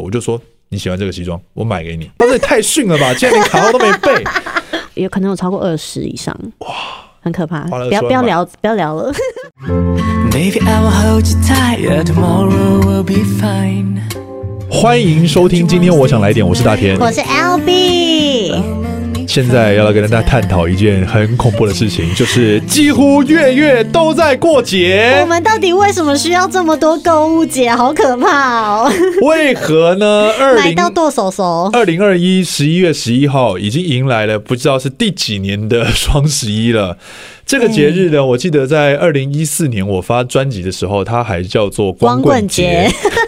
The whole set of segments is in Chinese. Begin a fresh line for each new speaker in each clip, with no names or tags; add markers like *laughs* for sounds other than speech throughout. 我就说你喜欢这个西装，我买给你。他说你太逊了吧，竟然连卡号都没
*laughs*
背。
有可能有超过二十以上，哇，很可怕。
花了
不要
20
不要
万嗯
聊，不要聊了。
Baby, I will hold you tight. Yeah, tomorrow will be fine.
欢迎收听，今天我想来点，我是大天。
我是 L B，
嗯现在要来跟大家探讨一件很恐怖的事情，就是几乎月月都在过
我
节，
*laughs* 们到底为什么需要这么多购物节？好可怕哦！
为何呢？二
买
零
到剁手手，
二零二一十一月十一号已经迎来了不知道是第几年的双十一了。这个节日呢，我记得在二零一四年我发专辑的时候，它还叫做光棍节
光。 *laughs*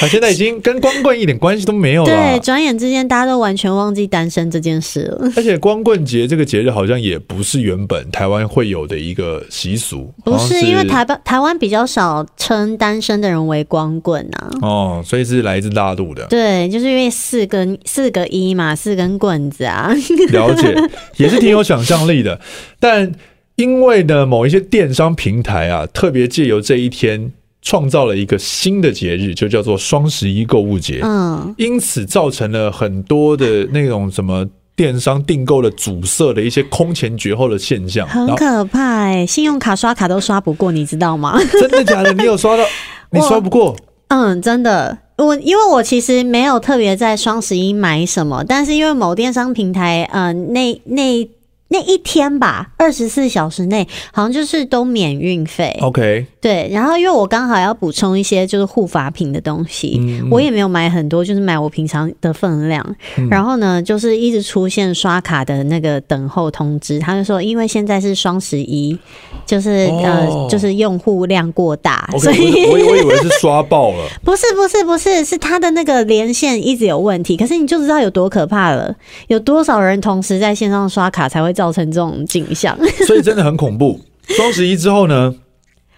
它现在已经跟光棍一点关系都没有
对
了，。
转眼之间大家都完全忘记单身这件事了。
而且光棍节这个节日好像也不是原本台湾会有的一个习俗，
不
好像
是因为台湾台湾比较少称单身的人为光棍啊。
哦，所以是来自大陆的。
对，就是因为四根四个一嘛，四根棍子啊。 *laughs*
了解，也是挺有想象力的。但因为呢，某一些电商平台啊，特别借由这一天创造了一个新的节日，就叫做双十一购物节，
嗯，
因此造成了很多的那种什么。电商订购的阻塞的一些空前绝后的现象，然
很
后
可怕哎、信用卡刷卡都刷不过，你知道吗？
真的假的？你有刷
*laughs*
到？你刷不过？
嗯，真的。我因为我其实没有特别在双十一买什么，但是因为某电商平台，呃，那那那一天吧，二十四小时内好像就是都免运费。
OK，
对，然后因为我刚好要补充一些就是护发品的东西，
嗯
我也没有买很多，就是买我平常的分量。
嗯
然后呢，就是一直出现刷卡的那个等候通知，他就说因为现在是双十一，就是、
哦
呃，就是用户量过大
o
所
k
以
我以我以为是刷爆了，
不是不是不是，是他的那个连线一直有问题。可是你就知道有多可怕了，有多少人同时在线上刷卡才会造成这种景象。 *laughs*
所以真的很恐怖。双十一之后呢，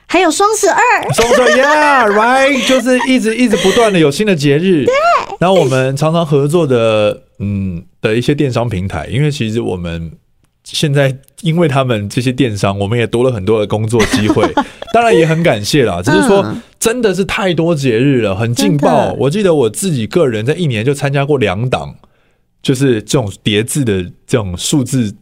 还有双十二，
双手 Yeah，right，就是一直一直不断的有新的节日。对，然后我们常常合作的，嗯，的一些电商平台，因为其实我们现在因为他们这些电商，我们也多了很多的工作机
*laughs*
会，当然也很感谢啦。只是说
嗯
真的是太多节日了，很劲爆
真的。
我记得我自己个人在一年就参加过两档，就是这种叠字的这种数字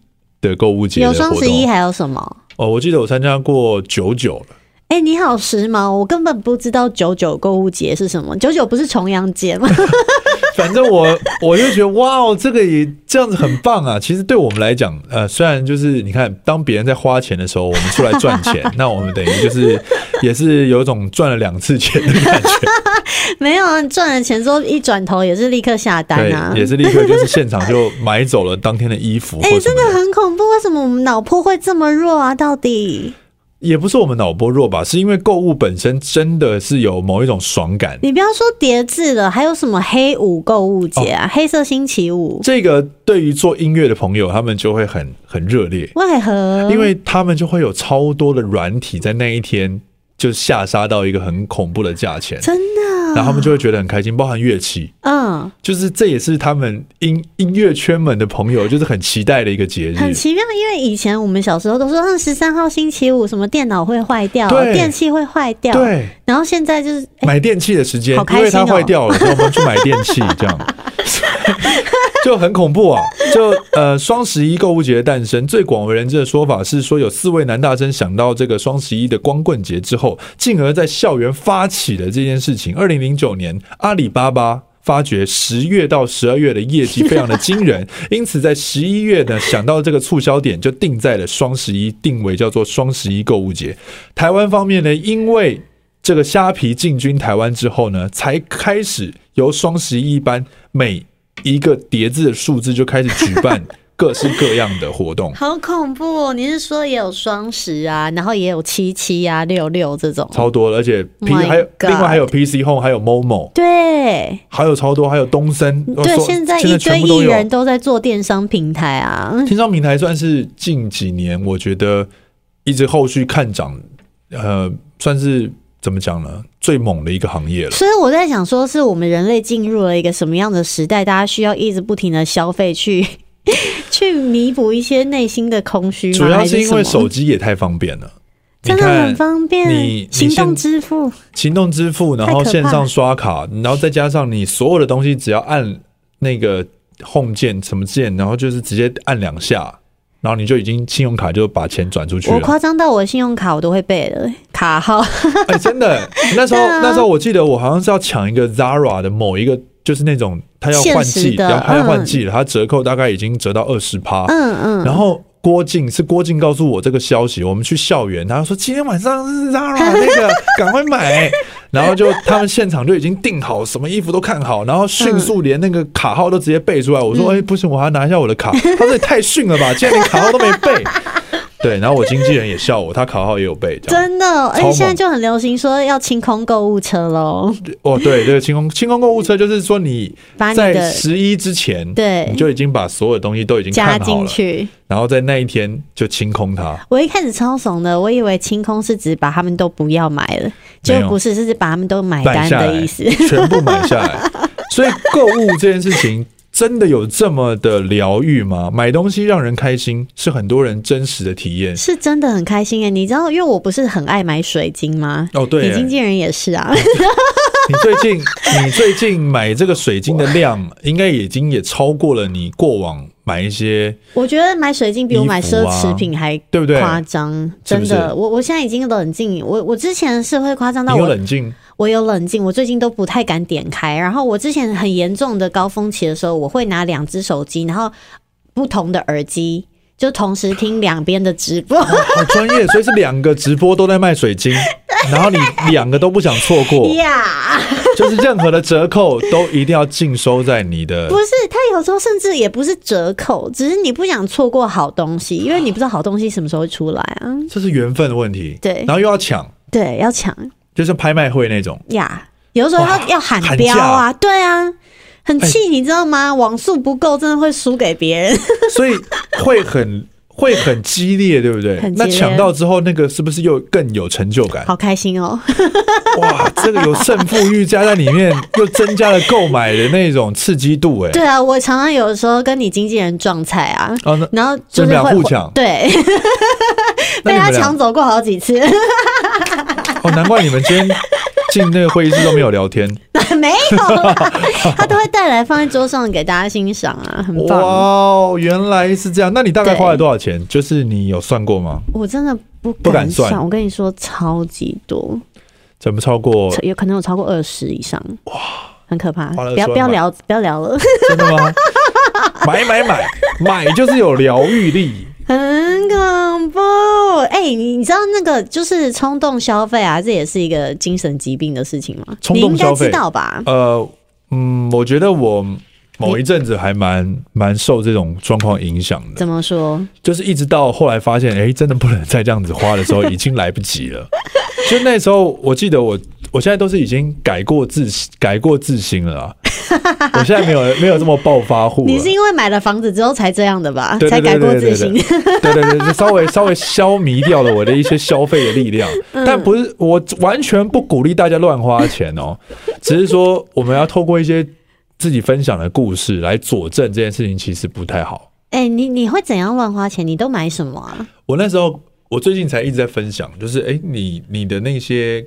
的购物节的
有
活动。
双十一，还有什么？
哦，我记得我参加过九九了。
哎、你好时髦，我根本不知道九九购物节是什么。九九不是重阳节吗？ *laughs*
反正我我就觉得哇哦，这个也这样子很棒啊！其实对我们来讲，呃，虽然就是你看，当别人在花钱的时候，我们出来赚钱，那我们等于就是也是有一种赚了两次钱的感觉，
没有啊，赚了钱之后一转头也是立刻下单啊哎
对，。也是立刻就是现场就买走了当天的衣服或什
真
么
的
的。
很恐怖，为什么我们脑波会这么弱啊？到底
也不是我们脑波弱吧，是因为购物本身真的是有某一种爽感。
你不要说叠字了，还有什么黑五购物节
哦
啊？黑色星期五？
这个对于做音乐的朋友，他们就会很很热烈。
为何？
因为他们就会有超多的软体在那一天就下杀到一个很恐怖的价钱，
真的，啊
然后他们就会觉得很开心，包含乐器，
嗯，
就是这也是他们音音乐圈们的朋友就是很期待的一个节日。
很奇妙，因为以前我们小时候都说，嗯，十三号星期五什么电脑会坏掉，
对
电器会坏掉，
对，
然后现在就是，哎
买电器的时间，
好开
因
心哦
为它坏掉了，所以我们去买电器，这
*laughs*
样就很恐怖啊！就呃，双十一购物节的诞生，最广为人知的说法是说，有四位男大生想到这个双十一的光棍节之后，进而在校园发起了这件事情。二零零九年，阿里巴巴。发觉十月到十二月的业绩非常的惊人，
*laughs*
因此在十一月呢，想到这个促销点就定在了双十一，定为叫做双十一购物节。台湾方面呢，因为这个虾皮进军台湾之后呢，才开始由双十一般每一个叠字的数字就开始举办各式各样的活
*laughs*
动，
好恐怖哦！你是说也有双十啊，然后也有七七啊、六六这种，
超多了，而且 P
Oh My
还有另
God
外还有 PC Home，还有 Momo，
对
还有超多，还有东森，
对，
说
现在
哦现在
一堆
全部都
艺
有。
人都在做电商平台啊，
天商平台算是近几年我觉得一直后续看涨，呃，算是怎么讲呢？最猛的一个行业了。
所以我在想，说是我们人类进入了一个什么样的时代？大家需要一直不停的消费去 *laughs* 去弥补一些内心的空虚吗？
主要
还是
因为
什么
手机也太方便了，你
真的
看
很方
你
便
你，
行动
现
支付，
行动支付，然后
太可怕
线上刷卡，然后再加上你所有的东西，只要按那个 home 键什么键，然后就是直接按两下，然后你就已经信用卡就把钱转出去啊
我
了。
夸张到我信用卡我都会背了欸
*laughs*
卡号，
哎、真
*laughs*
的，那时候、
啊
那时候我记得我好像是要抢一个 Zara 的某一个，就是那种它要换
限
季，
时的
然后它要换
嗯
季了，它折扣大概已经折到二十趴，
嗯嗯，
然后郭靖是郭靖告诉我这个消息，我们去校园，他说今天晚上是 Zara
*laughs*
那个，赶快买。然后就他们现场就已经订好，什么衣服都看好，然后迅速连那个卡号都直接背出来。我说：“哎、
嗯
不行，我还要拿一下我的卡。”他说：“你太逊了吧，竟然连卡号都没背。”对，然后我经纪人也笑我，他卡号也有背，这样。
真的，而且
猛
现在就很流行说要清空购物车喽，
哦，对，这个清空清空购物车就是说你
把你
在
的
十一之前，
对
你就已经把所有东西都已经
加
看好
进
了，
去。
然后在那一天就清空它。
我一开始超怂的，我以为清空是指把他们都不要买了，
没有
就不是，是指把他们都买
买
单
下来，
的意思。
*laughs*
*laughs*
全部买下来。所以购物这件事情真的有这么的疗愈吗？买东西让人开心是很多人真实的体验。
是真的很开心哎，你知道，因为我不是很爱买水晶吗？
哦，对
你， *laughs* 经纪人也是啊，
你最近你最近买这个水晶的量，应该已经也超过了你过往买一些，
我觉得买水晶比我买
衣服
奢
啊
侈品还
对不对？
夸张，
是不
真
是
的。我我现在已经冷静，我我之前是会夸张到
你有
我
冷静，
我有冷静，我最近都不太敢点开。然后我之前很严重的高峰期的时候，我会拿两只手机，然后不同的耳机。就同时听两边的直播， *laughs*
好专业，所以是两个直播都在卖水晶，然后你两个都不想错
*laughs*
过，
呀
就是任何的折扣都一定要尽收在你的
不是，它有时候甚至也不是折扣，只是你不想错过好东西，因为你不知道好东西什么时候会出来啊。
这是缘分的问题。
对
然后又要抢，
对，要抢
就是拍卖会那
*laughs*
种。
呀有的时候要要喊
喊哎
标啊，对啊，很气，你知道吗？网速不够，真的会输给别
*laughs*
人。
所以会很会很激烈，对不对
很？激
那
烈
抢到之后，那个是不是又更有成就感？
好开心哦！
哇，这个有胜负欲加在里面，又增加了购买的那种刺激度，哎，
*laughs* 对啊，我常常有的时候跟你经纪人撞菜啊，
啊，那
然后就是
你们俩
会
互抢
对，
*laughs* 那
被
你
他
们
抢
俩
走过好几次， *laughs*
哦，难怪你们今天进那个会议室都没有聊天，
没
*laughs*
有啦，他都会带来放在桌上给大家欣赏啊，很
哇
棒。
哦，原来是这样。那你大概
对
花了多少钱？就是你有算过吗？
我真的不
不敢算
算，我跟你说超级多，
怎么超过？
有可能有超过二十以上，哇，很可怕。
花了
不要
20万
不要聊不要聊了，
真的吗？买买买买就是有疗愈力，
很恐怖。哎、你你知道那个就是冲动消费啊，这也是一个精神疾病的事情吗？
冲
你
动
应该
消费
知道吧？
呃，嗯，我觉得我某一阵子还蛮蛮受这种状况影响的，
怎么说？
就是一直到后来发现，哎、真的不能再这样子花的时候，已经来不及了。 *laughs* 就那时候，我记得我我现在都是已经改过自改过自新了啦，我现在没有没有这么暴发户了。
你是因为买了房子之后才这样的吧？
对对
才
对
改
对对
过自
对
新。
对对对，就稍微 *laughs* 稍微消弭掉了我的一些消费的力量，
嗯
但不是我完全不鼓励大家乱花钱哦，只是说我们要透过一些自己分享的故事来佐证这件事情其实不太好。
哎、你你会怎样乱花钱？你都买什么啊？
我那时候我最近才一直在分享，就是哎、诶你你的那些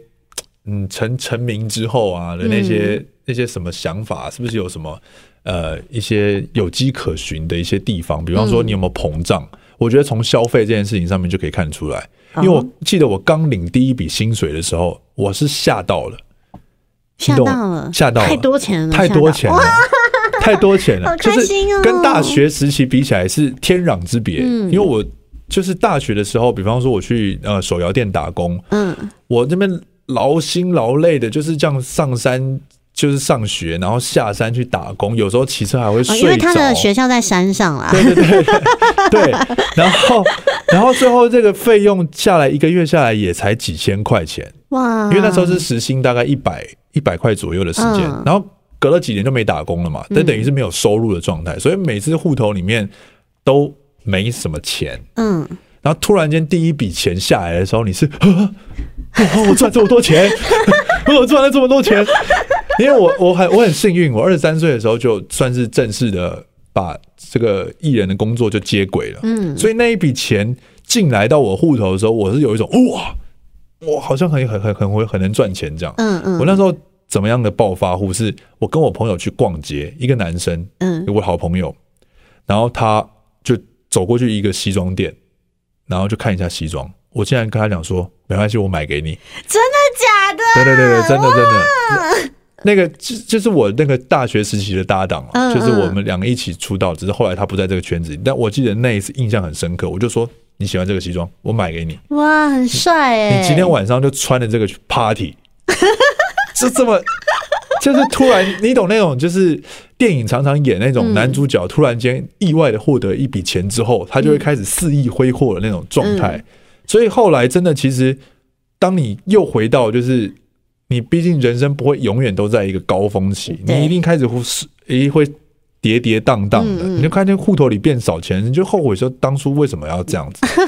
嗯成成名之后啊的那些、那些什么想法，是不是有什么呃一些有迹可循的一些地方？比方说你有没有膨胀？我觉得从消费这件事情上面就可以看出来，因为我记得我刚领第一笔薪水的时候，我是吓到了，
吓
懂
到了，
吓到了
太多钱了，
太
嗯吓
多
到哦
钱 *laughs* 了。太多钱了，
好
就
开
是
心哦嗯
跟大学时期比起来是天壤之别。因为我就是大学的时候，比方说我去呃手摇店打工，
嗯，
我那边劳心劳累的，就是这样上山就是上学，然后下山去打工，有时候骑车还会
哦，
睡着。
因为他的学校在山上啦，
对对对对
*laughs*
对，然后然后最后这个费用下来一个月下来也才几千块钱，
哇，
因为那时候是时薪大概一百一百块左右的时间，
嗯
然后隔了几年就没打工了嘛，但等于是没有收入的状态，所以每次户头里面都没什么钱。
嗯，
然后突然间第一笔钱下来的时候，你是， *gasps* 啊哇，我赚这么多钱， *laughs* 我赚了这么多钱，因为我我很我很幸运，我二十三岁的时候就算是正式的把这个艺人的工作就接轨了，嗯，所以那一笔钱进来到我户头的时候，我是有一种哇，我好像很很很很会很能赚钱这样。
嗯嗯，
我那时候怎么样的暴发户是，我跟我朋友去逛街，一个男生， *laughs*
嗯
我好朋友，然后他就走过去一个西装店，然后就看一下西装。我竟然跟他讲说，没关系，我买给你。
真的假的？
对对对对，真的真的。 *laughs* 那个就就是我那个大学时期的搭档啊、
嗯
就是我们两个一起出道，只是后来他不在这个圈子里。但我记得那一次印象很深刻，我就说你喜欢这个西装，我买给你。
哇，很帅哎！
你今天晚上就穿着这个去 party，就这么，就是突然，你懂那种就是电影常常演那
嗯
种男主角突然间意外的获得一笔钱之后，他就会开始肆意挥霍的那种状态。
嗯
所以后来真的，其实当你又回到就是。你毕竟人生不会永远都在一个高峰期，
对
你一定开始会是一定会跌跌荡荡的，
嗯嗯
你就看见户头里变少钱，你就后悔说当初为什么要这样子。
可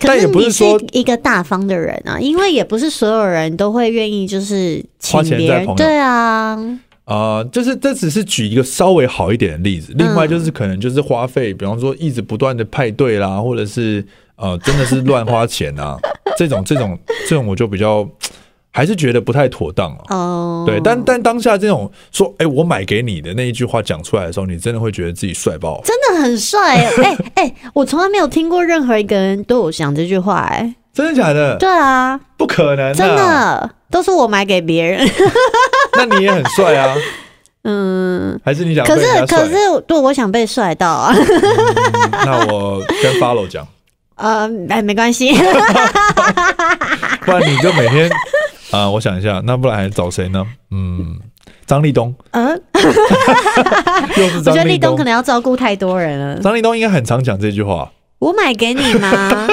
但也不
你
是说
一个大方的人啊，因为也不是所有人都会愿意就是请
花钱
别
在
人
朋友
对啊，
啊，就是这只是举一个稍微好一点的例子，另外
嗯
就是可能就是花费，比方说一直不断的派对啦，或者是呃真的是乱花钱啊， *laughs* 这种这种这种我就比较还是觉得不太妥当啊。
哦，
对，但但当下这种说“哎、我买给你的”那一句话讲出来的时候，你真的会觉得自己帅爆。
真的很帅
*laughs*
哎哎哎，我从来没有听过任何一个人对我讲这句话哎，
真的假的？
对啊，
不可能、啊，
真。的都是我买给别人， *laughs*
那你也很帅啊？
嗯，
还是你想被
可是
人家帅
可？是对我想被帅到啊，
那我跟 follow 讲，
呃，哎没关系， *laughs*
不然你就每天啊、我想一下，那不然还找谁呢？嗯，张立东。
嗯，
又是
我觉
张
得
立
立冬
东
可。能要照顾太多人了。
张立东应该很常讲这句话，
我买给你
*laughs*
吗？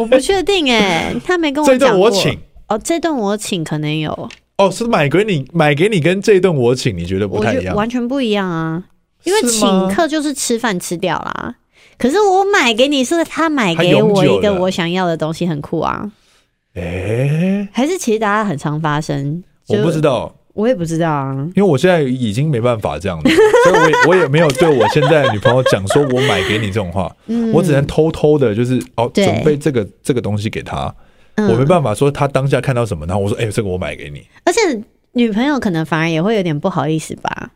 我不确定哎、他没跟我
这
讲
一顿
过
我请。
哦，这顿我请可能有，
哦，是买给你，买给你跟这一顿我请，你觉得不
我
太
觉
一
得
样？
完全不一样啊，因为
是吗
请客就是吃饭吃掉啦。可是我买给你是他买
他
给
永
我
久
一个
的
我想要的东西，很酷啊。
哎、
还是其实大家很常发生，
我不知
道，
道，
我也不知道啊。
因为我现在已经没办法这样了，所以我也 *laughs* 我也没有对我现在的女朋友讲说我买给你这种话，
嗯，
我只能偷偷的，就是哦，
对
准备这个这个东西给她，
嗯
我没办法说她当下看到什么，然后我说哎、这个我买给你
而且女朋友可能反而也会有点不好意思吧？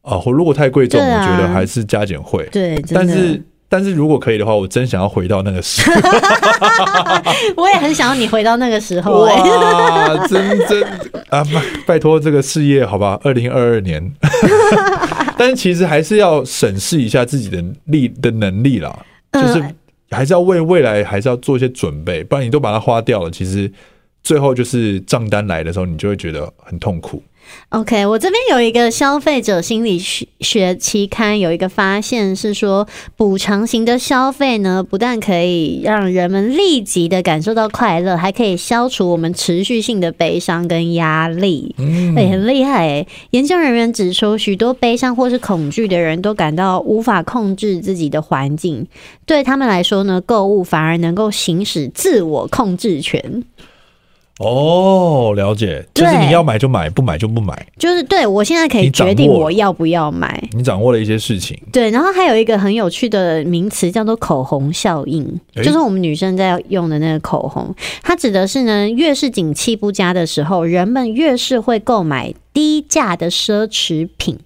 啊，或如果太贵重，
对啊
我觉得还是加减会，
对，真
但
的。
是但是如果可以的话，我真想要回到那个时代。
*laughs* 我也很想要你回到那个时候、哎，
哇，真真啊，拜拜托这个事业好吧，二零二二
*laughs*
年。但是其实还是要审视一下自己的力的能力啦，就是
嗯
还是要为未来还是要做一些准备，不然你都把它花掉了，其实最后就是账单来的时候，你就会觉得很痛苦。
OK，我这边有一个消费者心理学学期刊有一个发现是说，补偿型的消费呢，不但可以让人们立即的感受到快乐，还可以消除我们持续性的悲伤跟压力。
嗯
哎、很厉害哎！研究人员指出，许多悲伤或是恐惧的人都感到无法控制自己的环境，对他们来说呢，购物反而能够行使自我控制权。
哦，了解，就是
对
你要买就买，不买就不买，
就是对我现在可以
你掌
决定
握了
我要不要买，
你掌握了一些事情。
对，然后还有一个很有趣的名词叫做口红效应，
诶
就是我们女生在用的那个口红。它指的是呢，越是景气不佳的时候，人们越是会购买低价的奢侈品。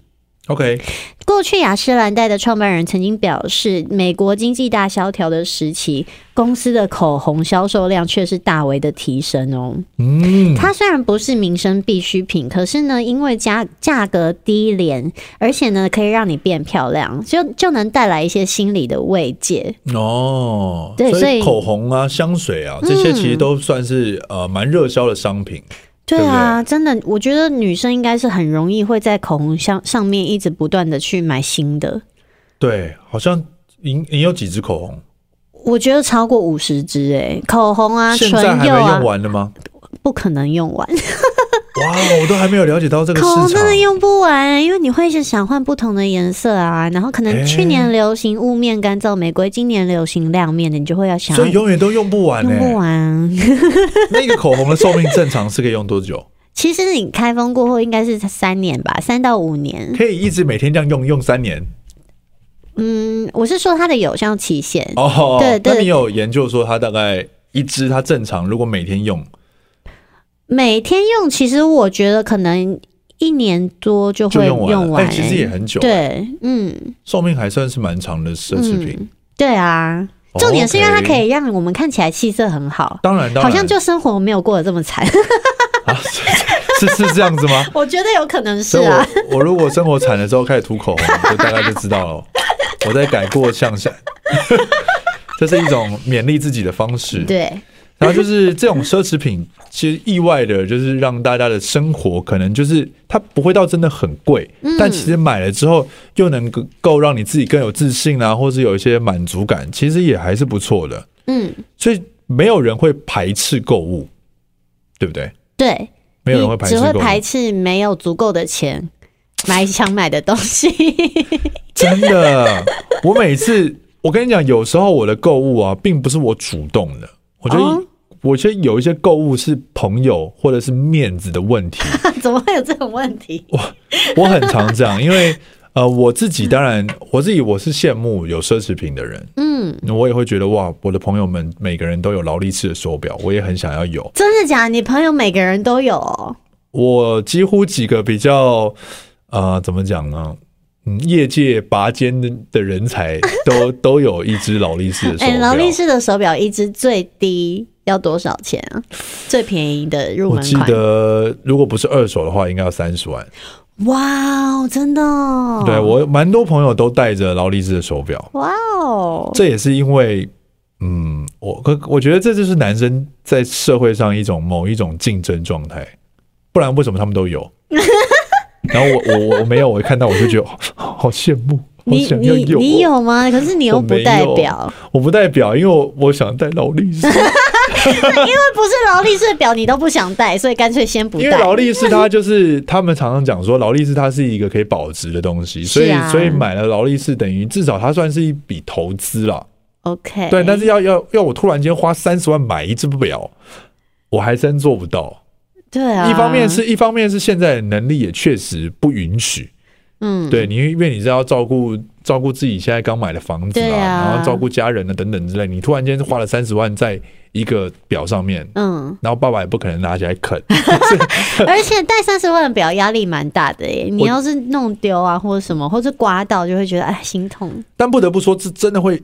OK，
过去雅诗兰黛的创办人曾经表示，美国经济大萧条的时期，公司的口红销售量却是大为的提升哦。
嗯，
它虽然不是民生必需品，可是呢，因为价价格低廉，而且呢，可以让你变漂亮，就就能带来一些心理的慰藉。
哦，
对
所
所以嗯
以口红啊、香水啊，这些其实都算是、呃蛮热销的商品。
对啊，真的，我觉得女生应该是很容易会在口红上上面一直不断的去买新的。
对，好像你你有几支口红？
我觉得超过五十支哎，口红啊、
现
唇
在还没
釉啊
用，完的吗？
不可能用完，
哇，我都还没有了解到这个
口红
市
真的
场。
用不完，因为你会一直想换不同的颜色啊。然后可能
诶
去年流行雾面干燥玫瑰，今年流行亮面的，你就会要想要
所以永远都用不完呢、欸
用不完。
那个口红的寿命正常是可以用多久？
*laughs* 其实你开封过后应该是三年吧，三到五年。
可以一直每天这样用，用三年
嗯，我是说它的有效期限。
哦。
对对
那你有研究说它大概一支它正常如果每天用
每天用，其实我觉得可能一年多就
就
会
用完了，
完、
哎，其实也很久，，
对，嗯，
寿命还算是蛮长的奢侈品。
嗯，对啊。重点是因为它可
OK，
以让我们看起来气色很好，
当然，当然，
好像就生活没有过得这
*laughs*
么惨。
啊，是是是这样子
*laughs*
吗？
我觉得有可能是
所以
啊，
我我如果生活惨了之后开始涂口红，就大概就知道了，我在改过向善， *laughs* 这是一种勉励自己的方式。
对，
然后就是这种奢侈品，其实意外的就是让大家的生活可能就是它不会到真的很贵，
嗯
但其实买了之后又能够够让你自己更有自信啊，或是有一些满足感，其实也还是不错的。
嗯，
所以没有人会排斥购物，对不对？
对，
没有人会排斥
你只
购
会
物，
排斥没有足够的钱买想买的东西。 *laughs*
真的，我每次我跟你讲，有时候我的购物啊，并不是我主动的，我觉得、
哦
我觉得有一些购物是朋友或者是面子的问
*laughs*
题，
怎么会有这种问题？
我很常这样，因为呃，我自己当然我自己我是羡慕有奢侈品的人，
嗯，
我也会觉得哇，我的朋友们每个人都有劳力士的手表，我也很想要有。
真的假的？你朋友每个人都有哦、
我几乎几个比较呃，怎么讲呢？嗯，业界拔尖的的人才都 *laughs* 都有一只劳力士的手
哎、
表。
劳力士的手表一只最低要多少钱啊？最便宜的入
我
门
记
款？
得，如果不是二手的话，应该要三十万。
哇哦，真的、哦？
对我蛮多朋友都戴着劳力士的手表，
哇哦，
这也是因为，嗯，我可我觉得这就是男生在社会上一种某一种竞争状态，不然为什么他们都
*laughs*
有？然后我我我没有，我看到我就觉得好好好羡慕，好
你
想要
你
有
你
哦。
有吗？可是你又
我
不
没
代
有
表，
我不代表，因为我我想戴劳力士，
那不是劳力士的表，你都不想戴，所以干脆先不
因为
戴。
劳力士它就是他们常常讲说劳力士它是一个可以保值的东西，所以、
是啊
所以买了劳力士等于至少它算是一笔投资啦。
OK，
对，但是要要要我突然间花三十万买一只表，我还真做不到。
对啊，
一方面是一方面是现在的能力也确实不允许，
嗯，
对你因为你是要照顾照顾自己现在刚买的房子
对
啊，
啊
然后照顾家人啊等等之类，你突然间花了三十万在一个表上面，
嗯，
然后爸爸也不可能拿起来啃。
而且戴三十万的表压力蛮大的耶，你
我
要是弄丢啊或者什么，或者刮到，就会觉得哎心痛。
但不得不说，这真的会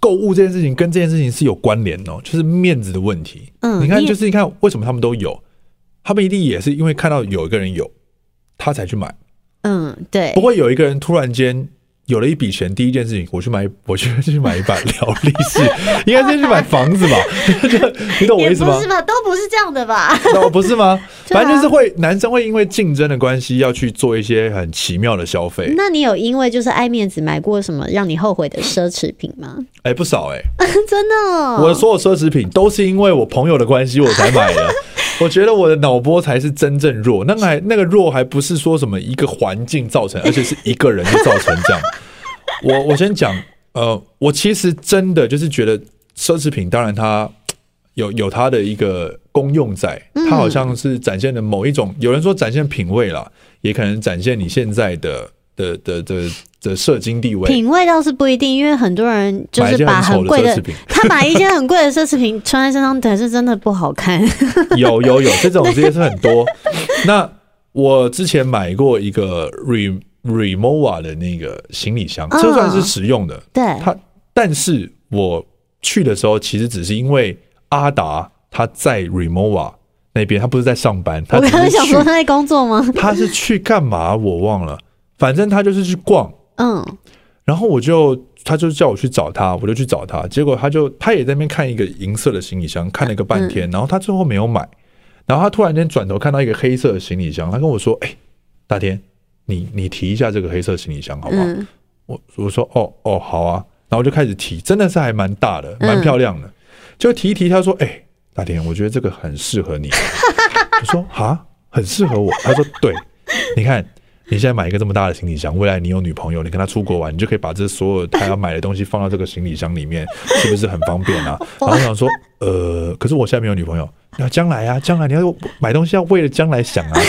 购物这件事情跟这件事情是有关联哦，就是面子的问题。
嗯
你看，
你
就是你看为什么他们都有，他们一定也是因为看到有一个人有，他才去买，
嗯，对
不，会有一个人突然间。有了一笔钱，第一件事情我去买，我去去买一
*laughs*
把劳力士，应该先去买房子吧？ *laughs* 就你懂我
也
意思吗
不？是吧，都不是这样的吧？
那不是
*laughs*
吗？
对啊
反正就是会，男生会因为竞争的关系，要去做一些很奇妙的消费。
*laughs* 那你有因为就是爱面子买过什么让你后悔的奢侈品吗？
哎、不少哎、
*laughs* 真的哦、
我的所有奢侈品都是因为我朋友的关系我才买的。我觉得我的脑波才是真正弱，那个还那个弱还不是说什么一个环境造成，而且是一个人就造成这样。我我先讲，呃，我其实真的就是觉得奢侈品，当然它有有它的一个功用在，它好像是展现的某一种，有人说展现品味啦，也可能展现你现在的的的的的社经地位。
品味倒是不一定，因为很多人就
买一
是
件
把
很
很
丑的
贵
奢侈品
*laughs* 他把一件很贵的奢侈品穿在身上，但是真的不好 *laughs* 看。
有有有，这种直接是很多。那我之前买过一个 Re Remova 的那个行李箱，
嗯
这算是实用的。
对，
它，但是我去的时候，其实只是因为阿达他在 Remova 那边，他不是在上班，他
我
只
刚刚
是
想说
去，
他在工作吗？
他是去干嘛我忘了，反正他就是去逛。
嗯，
然后我就，他就叫我去找他，我就去找他。结果他就，他也在那边看一个银色的行李箱，看了个半天，然后他最后没有买。然后他突然间转头看到一个黑色的行李箱，他跟我说：“哎、大天，你你提一下这个黑色行李箱好不好？”
嗯
我我说：“哦哦，好啊。”然后我就开始提，真的是还蛮大的，
嗯
蛮漂亮的。就提一提，他说：“哎、大天，我觉得这个很适合你。” *laughs* 我说：“啊，很适合我。”他说：“对， *laughs* 你看，你现在买一个这么大的行李箱，未来你有女朋友，你跟她出国玩，你就可以把这所有她要买的东西放到这个行李箱里面，是不是很方便啊？”然后我想说，呃，可是我现在没有女朋友，那将来啊，将来你要买东西要为了将来想啊。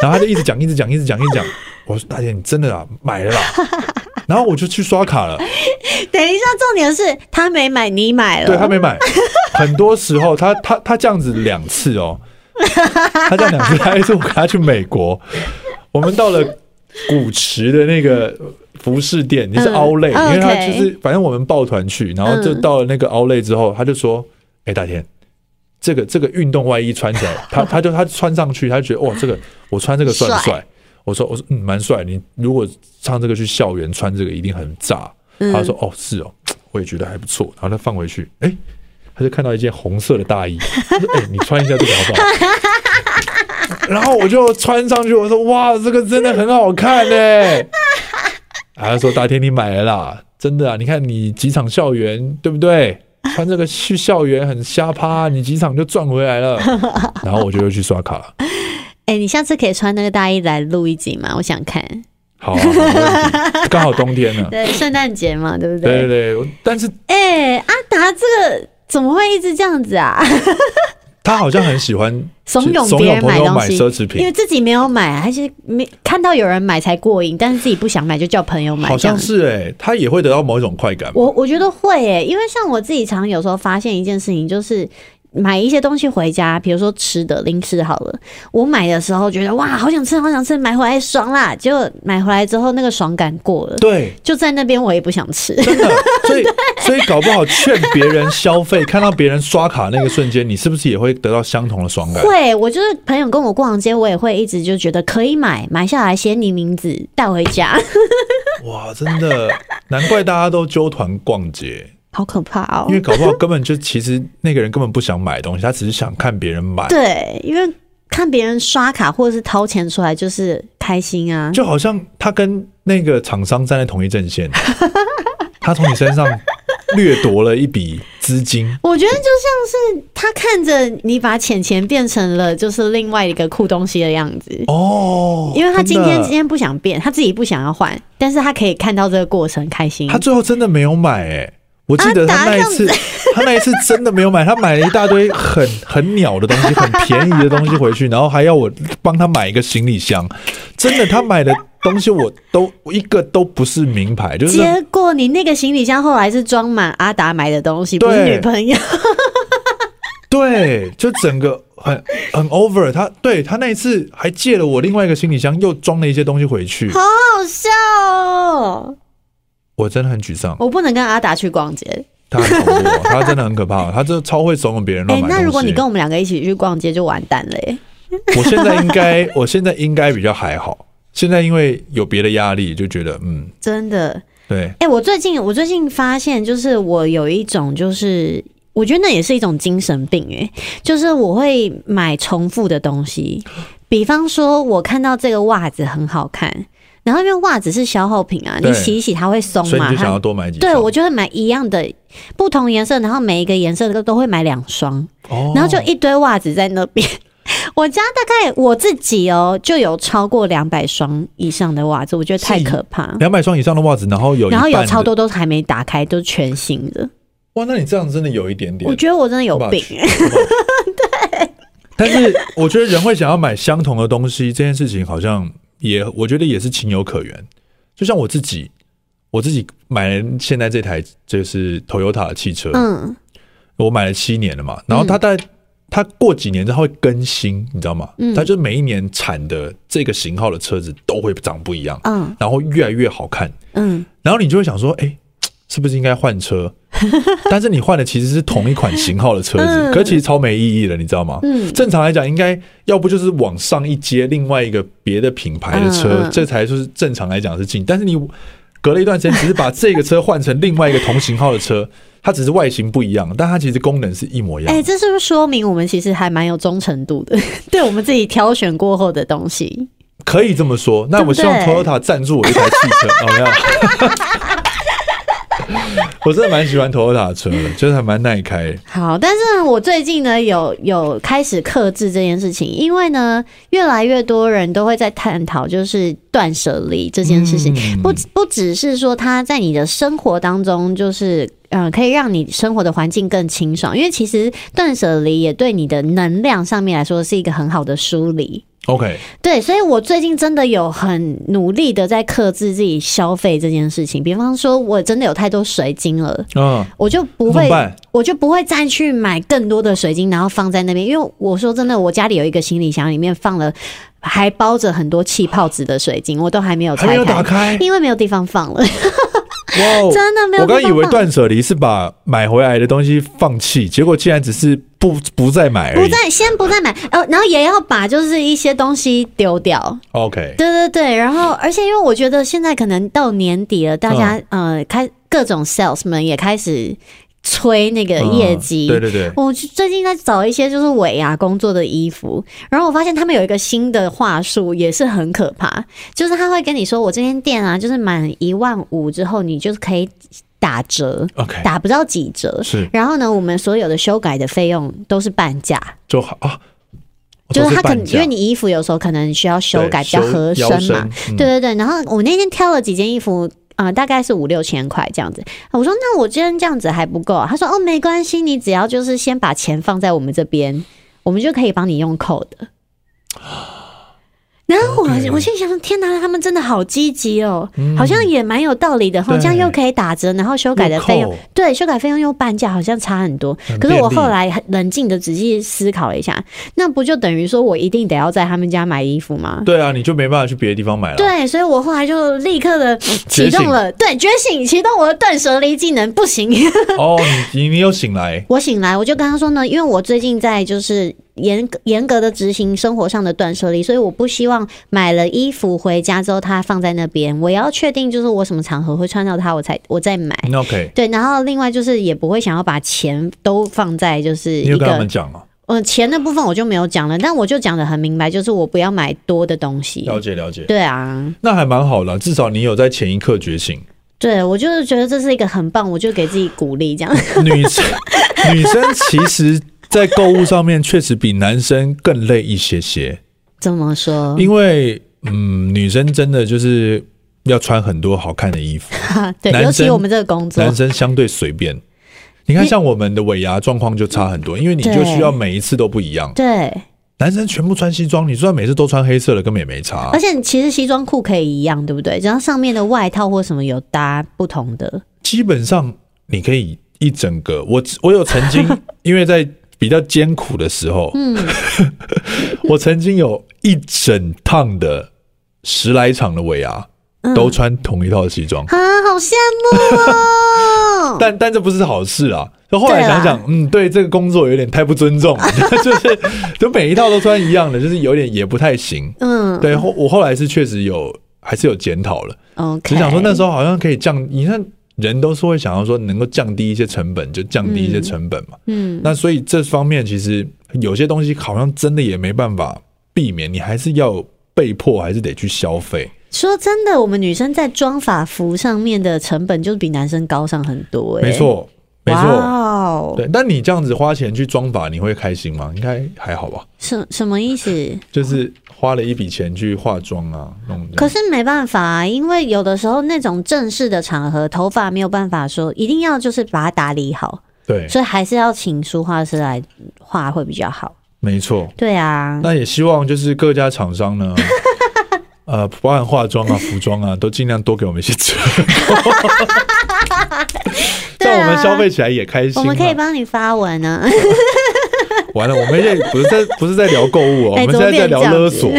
然后他就一直讲，一直讲，一直讲，一直讲。我说大姐，你真的啊，买了啦。然后我就去刷卡了，
*laughs* 等一下，重点是他没买，你买了。 *laughs*
对他没买。很多时候他他他这样子两次哦，他在两次还是我跟他去美国，我们到了古驰的那个服饰店，也是
嗯
Outlet，、因为他就
OK
是反正我们抱团去，然后就
嗯
到了那个 Outlet 之后，他就说：“哎、大天。”这个这个运动外衣穿起来，他他就他穿上去，他就觉得哇，这个我穿这个帅不帅？我说我说嗯，蛮帅。你如果唱这个去校园穿这个，一定很炸。他说哦，是哦，我也觉得还不错。然后他放回去，哎、他就看到一件红色的大衣，他说：“哎、你穿一下这个好不好？” *laughs* 然后我就穿上去，我说：“哇，这个真的很好看呢、然后他说：“大天，你买了啦，真的啊！你看你几场校园，对不对？穿这个去校园很瞎趴，你几场就赚回来了。”然后我就又去刷卡了。
哎、你下次可以穿那个大衣来录一集吗？我想看。
好、啊，好没问题刚好冬天呢。
对，圣诞节嘛，对不
对对
对？
对，我但是
哎、阿达这个怎么会一直这样子啊？
他好像很喜欢
怂
去
恿
怂
别
恿
人
朋友
东
买
西，
奢侈
因
品
为，自己没有买，还是没看到有人买才过瘾，但是自己不想买就叫朋友买，
好
这样
像
子。
是哎、他也会得到某一种快感吧。
我我觉得会耶，因为像我自己常有时候发现一件事情，就是买一些东西回家，比如说吃的零食好了，我买的时候觉得哇，好想吃，好想吃，买回来爽啦，结果买回来之后那个爽感过了，
对，
就在那边我也不想吃。
*laughs* 真
*laughs*
的，所以所以搞不好劝别人消费，看到别人刷卡那个瞬间，你是不是也会得到相同的爽感？
会，我就是朋友跟我逛街，我也会一直就觉得可以买，买下来写你名字带回
*laughs*
家，
哇，真的，难怪大家都揪团逛街，
好可怕哦
因。为搞不好根本就其实那个人根本不想买东西，他只是想看别人买。
对，因为看别人刷卡或者是掏钱出来就是开心啊。
就好像他跟那个厂商站在同一阵线，他从你身上掠夺了一笔资金，
我觉得就像是他看着你把钱钱变成了就是另外一个酷东西的样子，
哦，
因为他今天
真的
今天不想变，他自己不想要换，但是他可以看到这个过程开心
他。最后真的没有买、欸，我记得
啊
他那一次， *laughs* 他那一次真的没有买，他买了一大堆很很鸟的东西，很便宜的东西回去，然后还要我帮他买一个行李箱，真的，他买的东西我都我一个都不是名牌，就是
结果你那个行李箱后来是装满阿达买的东西，不是
对
女朋友。
对，就整个很很 over 他。对他那一次还借了我另外一个行李箱，又装了一些东西回去，
好好笑哦！
我真的很沮丧。
我不能跟阿达去逛街。
他很恐怖哦、他真的很可怕，他真的超会怂恿别人
哎、
乱买东西。
*laughs* 那如果你跟我们两个一起去逛街，就完蛋了耶！ *laughs*
我现在应该，我现在应该比较还好。现在因为有别的压力，就觉得嗯，
真的。
对，
哎、我最近我最近发现，就是我有一种就是。我觉得那也是一种精神病诶、就是我会买重复的东西，比方说我看到这个袜子很好看，然后因为袜子是消耗品啊，
对
你洗一洗它会松
所以
嘛，
你就想要
它
多买几双。
对我就会买一样的不同颜色，然后每一个颜色都都会买两双，
哦
然后就一堆袜子在那边。 *laughs* 我家大概我自己哦，就有超过两百双以上的袜子，我觉得太
是
可怕。
两百双以上的袜子，然后有一
然后有
半的
超多都是还没打开，都是全新的。
哇，那你这样真的有一点点，
我觉得我真的有
*laughs*
病，
对。但是我觉得人会想要买相同的东西，这件事情好像也，我觉得也是情有可原。就像我自己，我自己买了现在这台就是 Toyota 的汽车，
嗯，
我买了七年了嘛，然后它在它过几年之后它会更新，你知道吗？它就是每一年产的这个型号的车子都会长不一样，
嗯
然后越来越好看，
嗯，
然后你就会想说，哎、是不是应该换
*laughs*
车？但是你换的其实是同一款型号的车子，
嗯
可是其实超没意义的，你知道吗？
嗯
正常来讲，应该要不就是往上一阶另外一个别的品牌的车，
嗯嗯
这才就是正常来讲是进。但是你隔了一段时间，只是把这个车换成另外一个同型号的车， *laughs* 它只是外形不一样，但它其实功能是一模一样
哎、
的。
这是不是说明我们其实还蛮有忠诚度的？ *laughs* 对我们自己挑选过后的东西，
可以这么说。那
对不
我希望
对
Toyota 赞助我一台汽车，怎么样？
*laughs*
*laughs* 我真的蛮喜欢 Toyota 的车的，就是还蛮耐开的。
好，但是呢，我最近呢有有开始克制这件事情，因为呢，越来越多人都会在探讨就是断舍离这件事情，
嗯
不不只是说它在你的生活当中就是。嗯，可以让你生活的环境更清爽，因为其实断舍离也对你的能量上面来说是一个很好的梳理。
OK，
对，所以我最近真的有很努力的在克制自己消费这件事情。比方说，我真的有太多水晶了，
嗯，
我就不
怎么
会
办，
我就不会再去买更多的水晶，然后放在那边。因为我说真的，我家里有一个行李箱，里面放了还包着很多气泡纸的水晶，我都还没有
还
拆
没有打
开，
开，
因为没有地方放了，
哇哦！
*laughs* 真的没有
我
地
刚
方放。
以为断舍离是把买回来的东西放弃，结果竟然只是不不再买而
不
已。
再先不再买，呃，然后也要把就是一些东西丢掉，
OK，
对对对，然后而且因为我觉得现在可能到年底了，大家、
嗯
呃开各种 sales 们也开始催那个业绩。
嗯对对对，
我就最近在找一些就是尾牙工作的衣服，然后我发现他们有一个新的话术，也是很可怕，就是他会跟你说，我这间店啊，就是满一万五之后，你就是可以打折，
OK
打不到几折。
是
然后呢，我们所有的修改的费用都是半价，
就好啊，
就是
都
他可
半
能
价
因为你衣服有时候可能需要修改比较
对
合
修
身
腰
嘛，
嗯
对对对，然后我那天挑了几件衣服。啊、大概是五六千块这样子。我说那我今天这样子还不够、啊，他说哦没关系，你只要就是先把钱放在我们这边，我们就可以帮你用扣的。
哦
然后我
OK
我心想，天哪，他们真的好积极哦，好像也蛮有道理的哈，
嗯对
这样又可以打折，然后修改的费
又
用
扣，
对，修改费用又半价，好像差很多。
很
可是我
便利
后来很冷静的仔细思考了一下，那不就等于说我一定得要在他们家买衣服吗？
对啊，你就没办法去别的地方买了。
对，所以我后来就立刻的启动了，对，觉醒，启动我的断舍离技能，不行。 *laughs*
哦，你你你又醒来，
我醒来，我就跟他说呢，因为我最近在就是严格严格的执行生活上的断舍离，所以我不希望买了衣服回家之后它放在那边，我要确定就是我什么场合会穿到它，我才我再买。
那嗯 OK，
对，然后另外就是也不会想要把钱都放在就是
你
一
有跟他
个
们讲哦了，
嗯、钱的部分我就没有讲了，但我就讲的很明白，就是我不要买多的东西。
了解了解，
对啊，
那还蛮好了，至少你有在前一刻觉醒。
对，我就是觉得这是一个很棒，我就给自己鼓励
*laughs*
这样。
女生女生其实，在购物上面确实比男生更累一些些，
怎么说？
因为嗯，女生真的就是要穿很多好看的衣服，
*laughs* 对，
男
尤其
生
我们这个工作
男，生相对随便。你看，像我们的尾牙状况就差很多，因为你就
对
需要每一次都不一样。
对，
男生全部穿西装，你就算每次都穿黑色的，根本也没差
而。且其实西装裤可以一样，对不对？只要上面的外套或什么有搭不同的，
基本上你可以一整个，我我有曾
*laughs*
经因为在比较艰苦的时候，嗯， *laughs* 我曾经有一整趟的十来场的尾牙都穿同一套西装，
啊，好羡慕哦！
*laughs* 但但这不是好事啊。就后来想想，嗯，对这个工作有点太不尊 *laughs* 重，就是就每一套都穿一样的，就是有点也不太行。
嗯
对，后我后来是确实有还是有检讨了。
，OK，
只想说那时
候
候好像可以降，你看人都是会想要说能够降低一些成本，就降低一些成本嘛。
嗯，
那所以这方面其实有些东西好像真的也没办法避免，你还是要被迫还是得去消费。
说真的，我们女生在妆发服上面的成本就是比男生高上很多、欸，哦
没，错，没错。
错，
对，但你这样子花钱去装法，你会开心吗？应该还好吧，
什什么意
嗯
思？
就是花了一笔钱去化妆啊，弄这
可
样。
是没办法、啊，因为有的时候那种正式的场合，头发没有办法说一定要就是把它打理好，
对，
所以还是要请书画师来画会比较好。
没错。
对啊，
那也希望就是各家厂商
*laughs*
呢，呃，包含化妆啊、服装啊，都尽量多给我们一些折扣，
*laughs*
这样我们消费起来也开心、
我
啊。
们可以帮你发文呢、啊。
完了，我们现在不是在不是在聊购物哦，我
哎
们现在在聊勒索，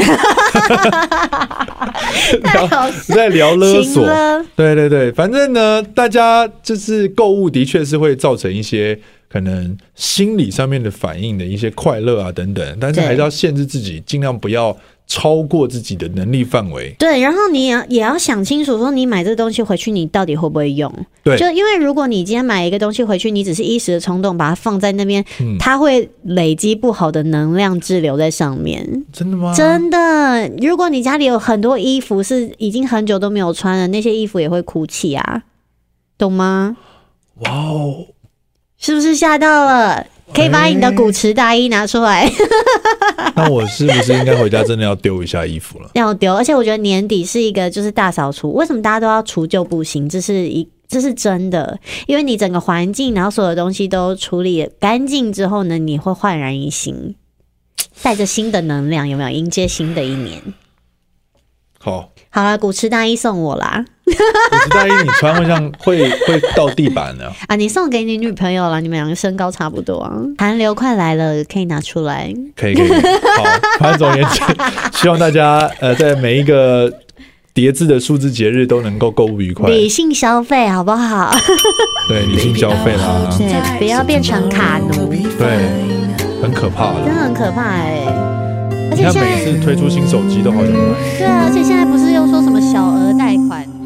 *laughs* 太
*laughs*
好笑
在聊勒
行
索。
了，
对对对，反正呢，大家就是购物的确是会造成一些可能心理上面的反应的一些快乐啊等等，但是还是要限制自己，尽量不要超过自己的能力范围。
对，然后你也要也要想清楚，说你买这东西回去，你到底会不会用？
对
就因为如果你今天买一个东西回去，你只是一时的冲动把它放在那边，
嗯
它会累积不好的能量滞留在上面。
真的吗？
真的，如果你家里有很多衣服是已经很久都没有穿了，那些衣服也会哭泣啊，懂吗？
哇哦！
是不是吓到了？可以把你的古驰大衣拿出来
那我是不是应该回家真的要丢一下衣服了？
要丢，而且我觉得年底是一个就是大扫除，为什么大家都要除旧布新？这是一这是真的，因为你整个环境，然后所有东西都处理干净之后呢，你会焕然一新。带着新的能量，有没有迎接新的一年？
好，
*laughs* 好啦，古驰大衣送我啦
五十大衣你穿会像会会到地板的、
啊！你送给你女朋友啦，你们两个身高差不多啊。寒流快来了，可以拿出来。
*laughs* 可以可以。好，反正总而言之，希望大家呃在每一个叠字的数字节日都能够购物愉快，
理性消费好不好？
对理性消费啊啦，
*laughs* 对，不要变成卡奴，
对很可怕
真的
的。
很可怕哎、而
你
且
看
现
每
在，
次推出新手机都好想买。
对啊，而且现在不是又说什么小额贷款？